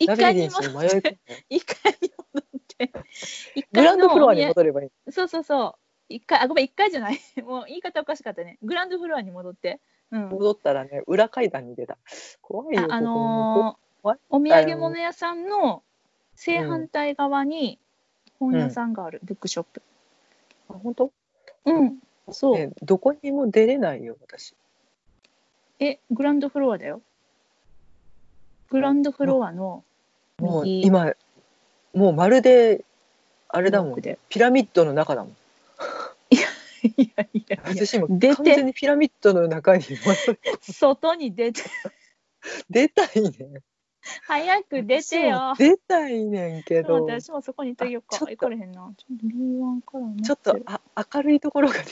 え、ナ
1
ビ
階
ゲ
に
ンスに
戻
迷い
って
込んだ
一階に戻って一
グランドフロア
お土
に
産
戻ればいい。
そうそうそう一回あごめん一回じゃない <laughs> もう言い方おかしかったねグランドフロアに戻ってうん
戻ったらね、裏階段に出た。怖いよ、
ああ
ここ
のー
怖い
お土産物屋さんの正反対側に本屋さんがある、ブックショップ
あ本当
うんそう、
ね、どこにも出れないよ、私。
えグランドフロアだよグランドフロアの
もう
右
今、もうまるで、あれだもん
奥、で <laughs>
ピラミッドの中だもん。
いやいやいや
私今、
出て
完全にピラミッドの中に
外に出て
出たいねん。
早く出てよ
私も出たいねん
そ
け
う
ど、
私もそこにいてよっ
あちょ
か
っと
行かれへんなちょっと B1 から持ってる
ちょっとあ明るいところがね、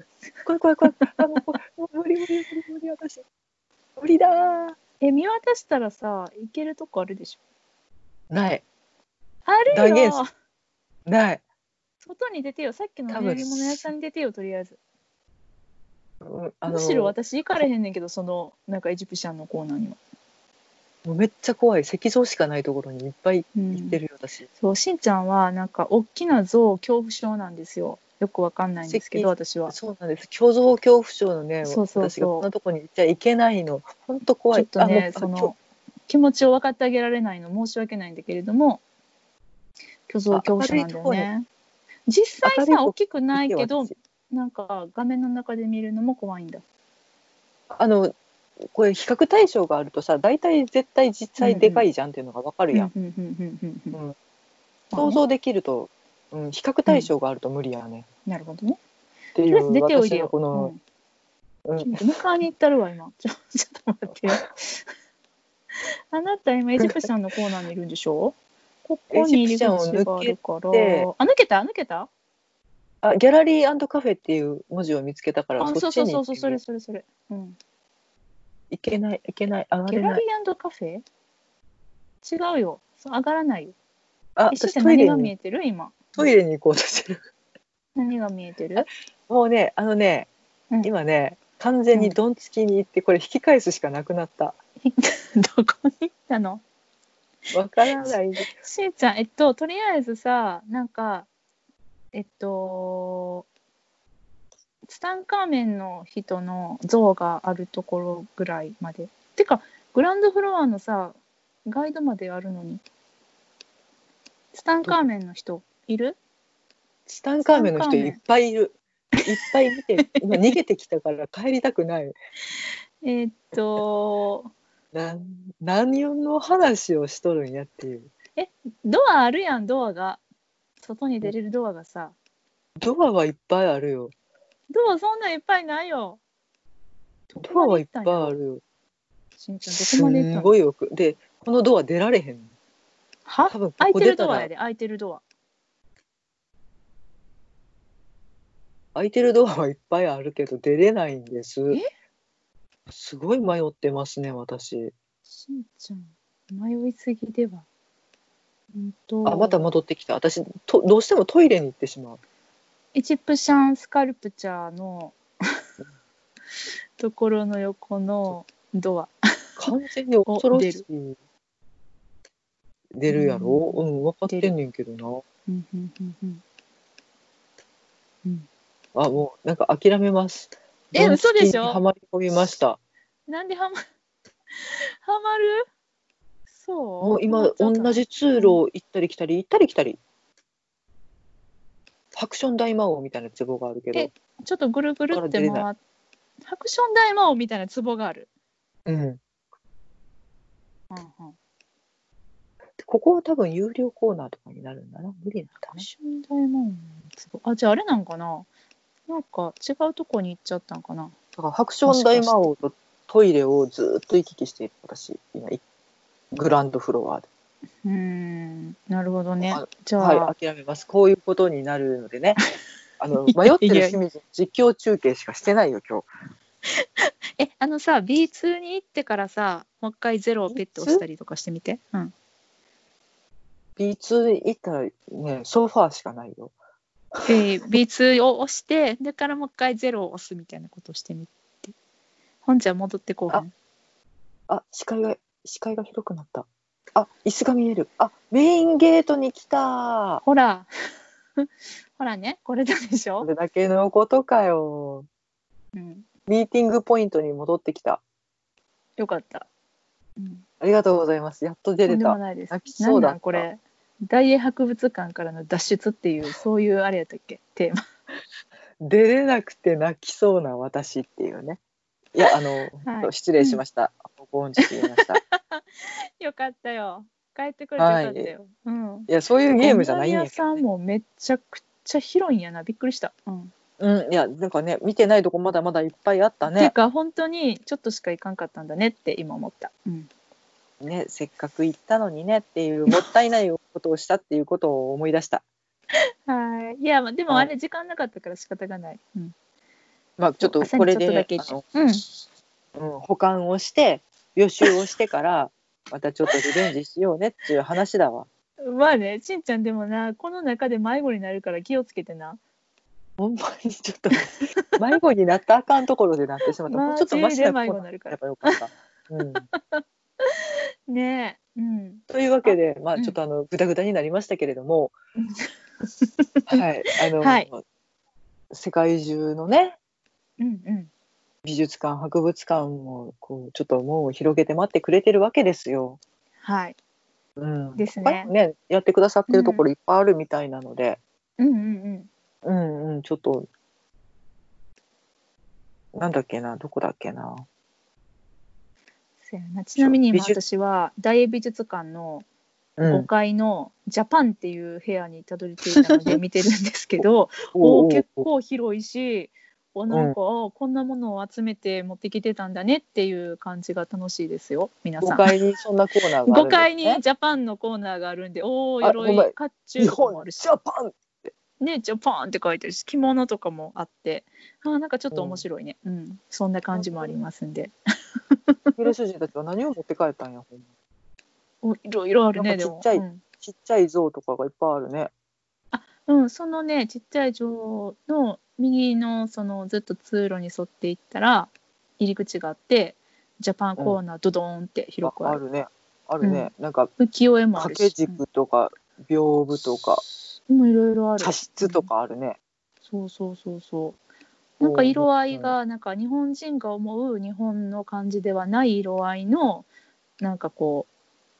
<laughs> 怖い怖い怖い、あもう怖いもう無理無理無理無理私、無理だー。
え見渡したらさ行けるとこあるでしょ
ない、
あるよ
断言すない。
外に出てよさっきのお
多
土
分
産物屋さんに出てよとりあえず
うんあの
むしろ私行かれへんねんけどそのなんかエジプシャンのコーナーには、
もうめっちゃ怖い石像しかないところにいっぱい
うん
行ってるよ私、
そうしんちゃんはなんか大きな像恐怖症なんですよよくわかんないんですけど私は
そうなんです虚像恐怖症のね
そうそうそう
私がこんなとこに行っちゃいけないの本当怖
ちょ
い
っと
あも
ね
う
そ
あ今
の気持ちを分かってあげられないの申し訳ないんだけれども虚像恐怖症なんだよ
あ
ね実際
明るいと
さ
こ
大きく
日
ないけど
私
なんか画面の中で見るのも怖いんだ
あのこれ比較対象があるとさ大体絶対実際でかいじゃんっていうのがわかるやん、
うんうんうんうんうんうん
うん
まあ
想
ね
像できると、うん、比較対象があると無理やね、
なるほどね。
っ
と
てい
りあえず
う
出ておい
私
で
の
よ。
この、う
うんん、迎えに行ったるわ、今。 <laughs> ちょちょっと待って <laughs> よ。あなた、今、エジプシャンのコーナーにいるんでし
<laughs>
ょここに入り口があるから。あ、
エジプ
抜けた抜けた
あギャラリーカフェっていう文字を見つけたから
あ、そ
そうっち
そう
に
そ
行っ
うそう、
て
そ
みよ
れそ
う
れそれ。うん。
いけないいけない上が
ギャ
れ
ラ
な
リ
い
ーカフェ違うよ。そう上がらないよ。
あ
一緒
私
じゃ
ト
何
イレ
が見
に
えてる今。
トイレに行こうとしてる
何が見えて
<laughs>
る
もうね、あのね、
うん
今ね、完全にドンつきに行って、これ引き返すしかなくなった。
どこに行ったの
わからない。
しんちゃん、えっと、とりあえずさ、なんか、えっと、ツタンカーメンの人の像があるところぐらいまで。てか、グランドフロアのさ、ガイドまであるのに。ツタンカーメンの人、いる
ツタンカーメンの人いっぱいいる。いっぱい見て今逃げてきたから帰りたくない
えーっと
なん何の話をしとるんやっていう
ドアあるやんドアが外に出れるドアがさ
ドアはいっぱいあるよ
ドアそんなんいっぱいないよ
ドアはいっぱいあるよ
しんちゃん
す
どこまで行った
ん
の
ごい奥でこのドア出られへん
は
多分こ
開い
こ
て
出
る
た
ドア
ら
やで開いてるドア
開いてるドアはいっぱいあるけど出れないんです
え
すごい迷ってますね私
しんちゃん迷いすぎではうんと
あまた戻ってきた私とどうしてもトイレに行ってしまう
エチプシャンスカルプチャーの <laughs> ところの横のドア
完全に恐ろしい出るやろうん、分かってんねんけどな
うんうんうんうん
あもうなんか諦めます
え
ドンツ
嘘
キ
でしょ
にはまり込みました
なんでハマハマるそう
もう今同じ通路を行ったり来たり行ったり来たりハクション大魔王みたいなツボがあるけど
えちょっとぐるぐる
だから
っ
出
て
れな
回っハクション大魔王みたいなツボがある、
うん
うんうん、
ここは多分有料コーナーとかになるんだな無理なんだ
ハ
ね
クション大魔王のツボあじゃああれなんかななんか違うとこに行っちゃったんかな
だからハクション大魔王とトイレをずっと行き来している私今いグランドフロアで、
うーんなるほどね
あ
じゃあ、
はい諦めますこういうことになるので <laughs> ねあの迷ってる清水実況中継しかしてないよ今日
えあのさ B2 に行ってからさもう一回ゼロをペッて押したりとかしてみて、うん、
B2 行ったらねソファーしかないよ
で B2 を押してだからもう一回ゼロを押すみたいなことをしてみて本じゃ戻ってこうかな
あ視界が視界が広くなったあ椅子が見えるあメインゲートに来た
ほら <laughs> ほらねこれだでし
こ
ょ、
れだけのことかよ
うん、
ミーティングポイントに戻ってきた
よかった、うん、
ありがとうございますやっと
と
出れ
んでも
た
ないです
泣きそうだ
なんなんこれ大英博物館からの脱出っていうそういうあれやったっけテ
<laughs>
ーマ
出れなくて泣きそうな私っていうねいやあ <laughs> の、
はい
失礼しましたご音痴って言いましたい
よかったよ帰ってくれてよかったよ、うん
やそういうゲームじゃないん
お
や
土産屋さ
けど、
ん
ね、
もめちゃくちゃ広いんやなびっくりした、うん
うんいやなんかね見てないとこまだまだいっぱいあった
ていう
ね
か本当にちょっとしか行かんかったんだねって今思った、うん、
ねせっかく行ったのにねっていうもったいないことをしたっていうことを思い出した
はいいやまあでも
はい
あれ時間なかったから仕方がない、うん、
まあちょっとこれで
朝にちょっ
あ
とだ
の
け、うん、
うん、保管をして予習をしてからまたちょっとリベンジしようねっていう話だわ。
まあねしんちゃんでもなこの中で迷子になるから気をつけてな
ほんまにちょっと迷子になったらあかんところでなってしまった。
まあ
もうちょっとマシ
自由
な
で迷子
こ
になるから
やっぱよかった。うん、
ねえうん
<laughs> というわけで、ま
う
あ、
ん
ちょっとあのぐだぐだになりましたけれど <laughs> も、はいあの
はい
世界中のね
うんうん
美術館博物館もこうちょっと門を広げて待ってくれてるわけですよ。
はい
うん、
ですね
他にもねやってくださってるところいっぱいあるみたいなので、
うんうんうん
うんうん、ちょっと、なんだっけな、どこだっけな。
そやなちなみに今
美術
私は大英美術館の
う
5
ん、
階のジャパンっていう部屋にたどり着いたので見てるんですけどおお結構広いしおなんか、あこんなものを集めて持ってきてたんだねっていう感じが楽しいですよ皆さ
5
ん。
階にそんなコーナーがある
5
んです、ね。
階にジャパンのコーナーがあるんでおお
あご
鎧
めん
甲冑と
日
かも
本
あるし
ジャパン
ねジャパンって書いてるし着物とかもあってあーなんかちょっと面白いね、うんそんな感じもありますんで
広主人たちは何を持って帰ったんや、ほんま
おいろいろある
な
ね
ん
で
かちっ
も
ちゃい
うん
ちっちゃい像とかがいっぱいあるね。
うん、そのねちっちゃい城の右のそのずっと通路に沿っていったら入り口があってジャパンコーナードドーンって広く
あ
あ
あ
る、
るね。あるね。なんか、
浮世絵もあ
掛
るし、
け軸とか、屏風とか、
うん、もういろいろある
茶室とかあるね。
そうそうそうそうなんか色合いがなんか日本人が思う日本の感じではない色合いのなんかこ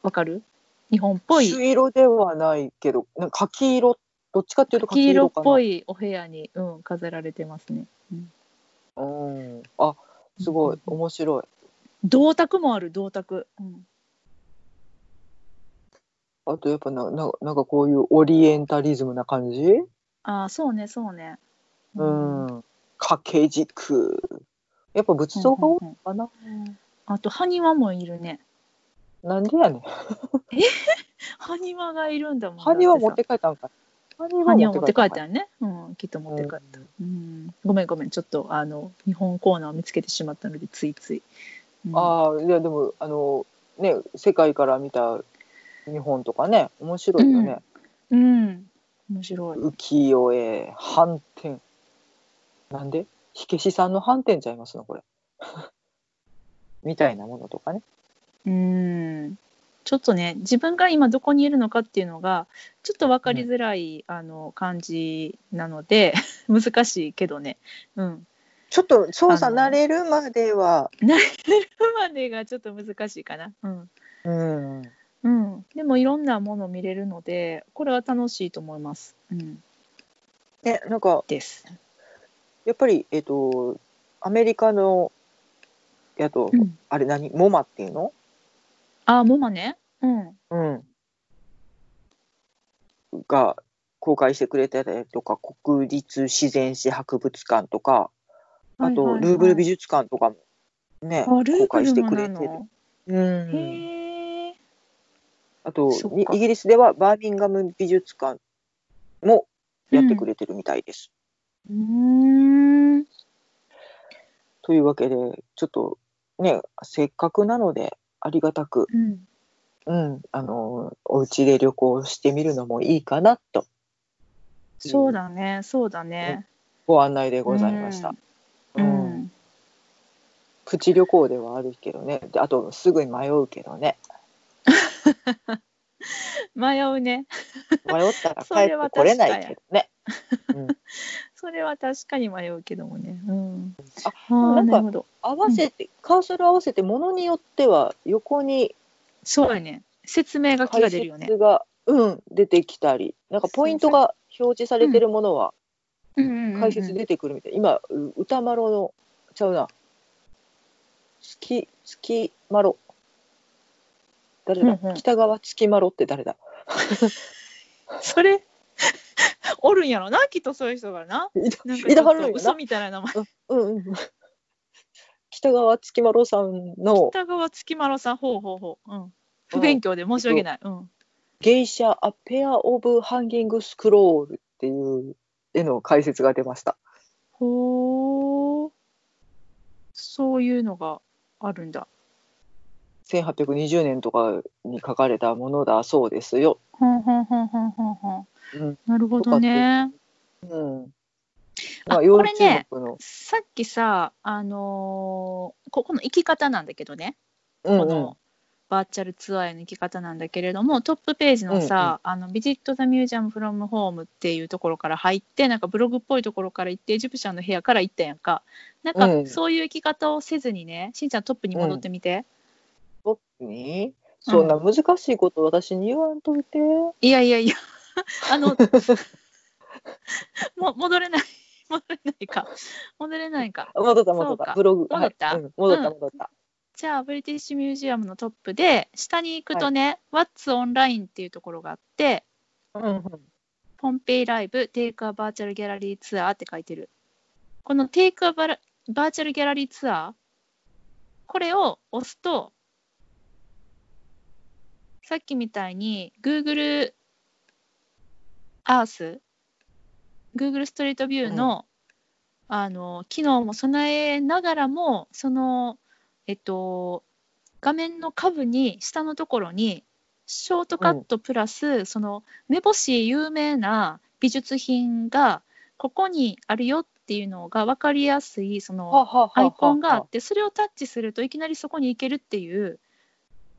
うわかる日本っぽい
朱色ではないけど、なんか柿色どっちかっていうと
黄色っぽ
い。
いお部屋に、うん、飾られてますね。
うん、あすごい面白い。
銅鐸もある銅鐸、うん、
あとやっぱなななんかこういうオリエンタリズムな感じ、
ああそうねそうね。
うん、掛け軸やっぱ仏像が多いのかな、
あと埴輪もいるね。
なんでやねん
埴輪がいるんだもん。
埴輪持っ
だって
帰ったんかい
さ埴輪持って帰っ
ん
たよね。うんきっと持って帰った。うん、ごめんごめんちょっとあの日本コーナーを見つけてしまったのでついつい。うん
ああいやでもあのね世界から見た日本とかね面白いよね、
うん面白い。
浮世絵反転なんで火消しさんの反転ちゃいますのこれ <laughs> みたいなものとかね
うんちょっとね自分が今どこにいるのかっていうのがちょっと分かりづらい、あの感じなので <laughs> 難しいけどね、うん、 <laughs>
ちょっと操
作慣
れるまでは
までがちょっと難しいかな、うん
うん
うん、でもいろんなもの見れるのでこれは楽しいと思います、うん、
ねなんか
です。
やっぱりえっ、とアメリカのやと、
うん、
あれ何モマっていうの
あモマね、うん、
うんが公開してくれたりとか国立自然史博物館とか
は
あと、
いはいはい
ルーブル美術館とかもね
あルー
公
ブ
開して
ル
く
も
れ
な
てる
の、
うん、
へえ
あと
そっ
に
か
イギリスではバーミンガム美術館もやってくれてるみたいです。
うーん
というわけでちょっとねせっかくなのでありがたく、
うん
うん、あのお家で旅行してみるのもいいかなと
そうだねそうだね。
ご案内でございました。
うん
うんプチ旅行ではあるけどねであとすぐに迷うけどね
迷うね
迷ったら
それ
帰って
は
これないけどね。
<laughs>
うん
それは確かに迷うけどもね。うん、
あ
ー
なんか
なるほど。
合わせて、カーソル合わせてものによっては横に
そうやね。説明書きが
解
出るよね。
説が、うん、出てきたりなんかポイントが表示されてるものは解説出てくるみたい、今う歌丸のちゃうな月月丸誰だ、
うんうん
北川月丸って誰だ
それ <laughs> おるんやろなきっとそういう人がな。
い
なん
いた
か
はる
ちょっと
んやな
嘘みたいな名前。
うんうん、北川月丸さんの
北川月丸さんほうほうほう。うん。不勉強で申し訳ない。うん。
芸者アペアオブハンギングスクロールっていう絵の解説が出ました。
ほう。そういうのがあるんだ。
1820年とかに書かれたものだそうですよ。
ほんほんほんほんほんほん。
うん。
なるほどね。
うん。
あ
まあ、ヨー
こ
ロ
れね
ッパの、
さっきさ、あのーここの行き方なんだけどね。
うん
こ
うん
のバーチャルツアーへの行き方なんだけれども、トップページのさ「あのビジット・ザ・ミュージアム・フロム・ホーム」っていうところから入ってなんかブログっぽいところから行ってジュプシャンの部屋から行ったやんかなんか、
うん
そういう行き方をせずにねしんちゃんトップに戻ってみて、
僕にそんな難しいこと私に言わんといて。
いやいやい <laughs> やあ
<laughs>
のも戻れない戻れないか戻れないか
あ戻っ
そ
た
うか
戻ったブログ
戻った
はいうん、戻った
うん
戻った。
じゃあブリティッシュミュージアムのトップで下に行くとね「What's Online」っていうところがあって
うんうん
ポンペイライブ、テイクアバーチャルギャラリーツアーって書いてる。このテイクアバラバーチャルギャラリーツアー、これを押すと、さっきみたいに Google Earth、Google ストリートビューの、あの機能も備えながらも、その、えっと、画面の下部に、下のところに、ショートカットプラス、その目星有名な美術品がここにあるよっていうのが分かりやすいそ
はあ
の
はあはあはあ
アイコンがあってそれをタッチするといきなりそこに行けるっていう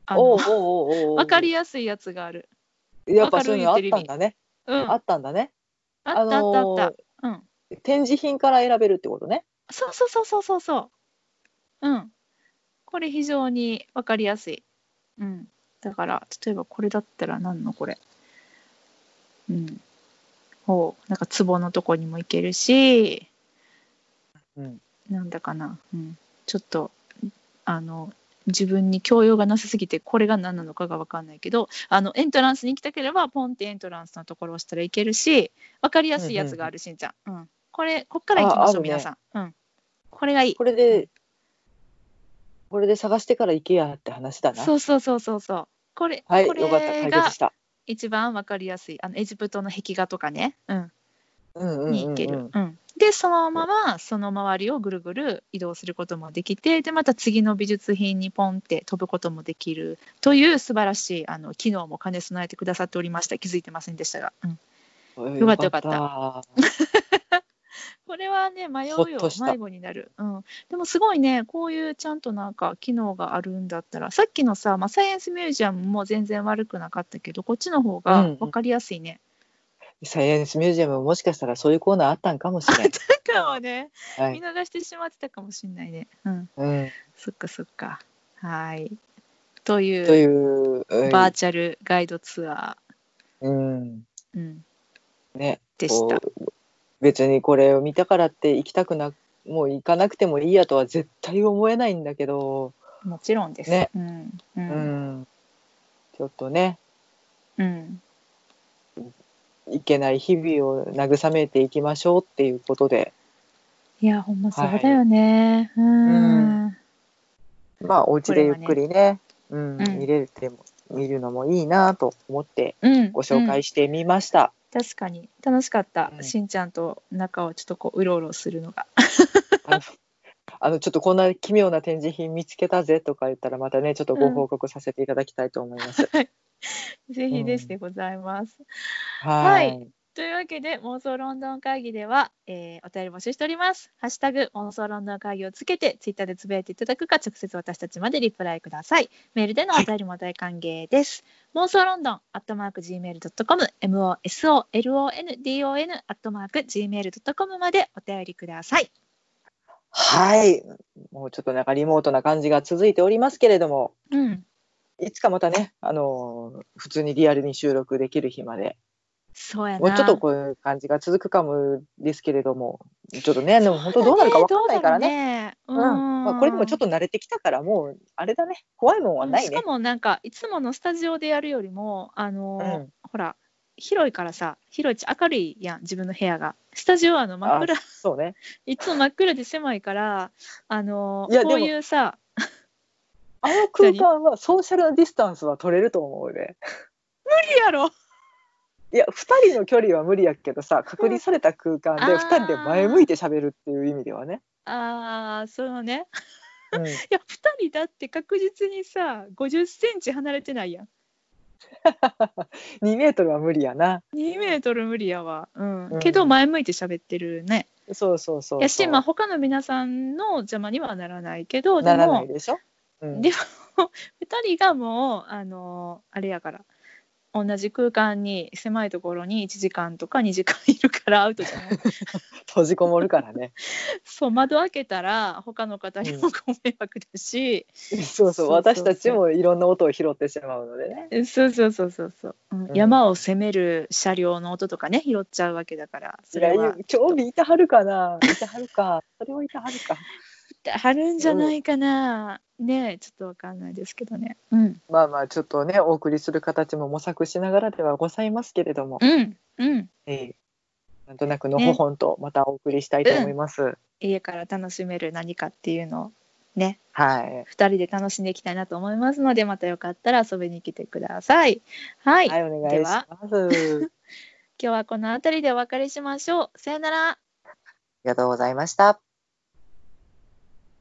あ
お
の
うおうおうおう
<laughs>
おう
分かりやすいやつがある。
やっぱそういうのあったんだね。
うん、
あ
あ
ったんだね。
ったあった
の
あっ
ー
た。うん、
展示品から選べるってことね。
そうそうそうそうそうそう。うん。これ非常に分かりやすい。うん。だから例えばこれだったら何のこれ。うん。ほうなんか壺のとこにも行けるし
うん
なんだかな、うん、ちょっとあの自分に教養がなさすぎてこれが何なのかが分かんないけどあのエントランスに行きたければポンってエントランスのところを押したらいけるし分かりやすいやつがあるしんちゃん、うん、これこっから行きま
ああ
しょ
る
う
ね
皆さん、うん、これがいい
これでこれで探してから行けやって話だな
そうそうそうそうそうこれ,、
はい
こ
よかった
れ
解
が
決した
一番分かりやすいあのエジプトの壁画とかね、うん、
うんうん
に行
うん
ける、
う
うん
ん
でそのままその周りをぐるぐる移動することもできてでまた次の美術品にポンって飛ぶこともできるという素晴らしいあの機能も兼ね備えてくださっておりました気づいてませんでしたが、うん、よかったよかったこれはね迷う
ほっ
よ
とした
迷子になる、うん、でもすごいねこういうちゃんとなんか機能があるんだったらさっきのさ、まあ、サイエンスミュージアムも全然悪くなかったけどこっちの方が分かりやすいね、
サイエンスミュージアムももしかしたらそういうコーナーあったんかもしれ
かもね、
ない。は
見
い。
逃してしまってたかもしれないね。うん、
うん、
そっかそっか。はい。という
という、うん
バーチャルガイドツア
うん、
ー、うん、
ね、
でし
こ
た。
う別にこれを見たからって行きたくなもう行かなくてもいいやとは絶対思えないんだけど、
もちろんです。
ね
うん、う
うん
ん、
ちょっとね
うん、
いけない日々を慰めていきましょうっていうことで
いや、ほんまそうだよね。うん、
まあお家でゆっくりねうん
うん
見れても見るのもいいなと思って
うん、
ご紹
うん
介してみました。
確かに楽しかった、
うん
しんちゃんと中をちょっとこううろうろするの <laughs> が。
あのあのちょっとこんな奇妙な展示品見つけたぜとか言ったらまたねちょっとご報告させていただきたいと思います。
ぜひですでございます。
は。
はいというわけで妄想ロンドン会議では、えーお便り募集しております。ハッシュタグ妄想ロンドン会議をつけてツイッターでつぶやいていただくか直接私たちまでリプライください。メールでのお便りも大歓迎です。妄想ロンドンアットマーク gmail.com mosolondon アットマーク gmail.com までお便りください。
はい。もうちょっとなんかリモートな感じが続いておりますけれども、
うん。
いつかまたね、あのー普通にリアルに収録できる日まで、
そうやな。
もうちょっとこういう感じが続くかもですけれども、ちょっとね、でも本当どうなるかわかんないからね。
ど
う
うだろうね。うん
んまあ、これでもちょっと慣れてきたからもうあれだね怖いもんはない
しか。
ね
もなんかいつものスタジオでやるよりもあのー
うん
ほら広いからさ広いし明るいやん自分の部屋がスタジオはあの真っ暗
あそうね
いつも真っ暗で狭いからあのー
いやでも
こういうさ
あの空間はソーシャルディスタンスは取れると思うで
無理やろ
いや2人の距離は無理やけどさ隔離された空間
う
で
ん
2人で前向いて喋るっていう意味ではね、
あーそうね
うん、
いや2人だって確実にさ5 0センチ離れてないやん
2メートルは無理やな
2メートル無理やわ、うん
うん
けど前向いて喋ってるね
そうそうそうそう
やしまあ他の皆さんの邪魔にはならないけどで
な
も
らないでしょ、うん
でも2人がもうあのあれやから同じ空間に狭いところに1時間とか2時間いるからアウトじゃ <laughs> ない
閉じこもるからね
そう窓開けたら他の方にもご迷惑だし、
<laughs> そうそう私たちもいろんな音を拾ってしまうのでね
そうそうそうそうそう、うん
うん
山を攻める車両の音とかね拾っちゃうわけだからそ
い
れ
や
は
超美いたはるかないたはるかそれはいたはるか
あるんじゃないかな、ねえちょっとわかんないですけどねうん
<laughs> まあまあちょっとねお送りする形も模索しながらではございますけれども、
うんうん
ええなんとなくのほほんとまたお送りしたいと思います、
家から楽しめる何かっていうのをね
はい
2人で楽しんでいきたいなと思いますのでまたよかったら遊びに来てください。はい、
はいお願いし <laughs> ます
今日はこの辺りでお別れしましょう。さよなら。
ありがとうございました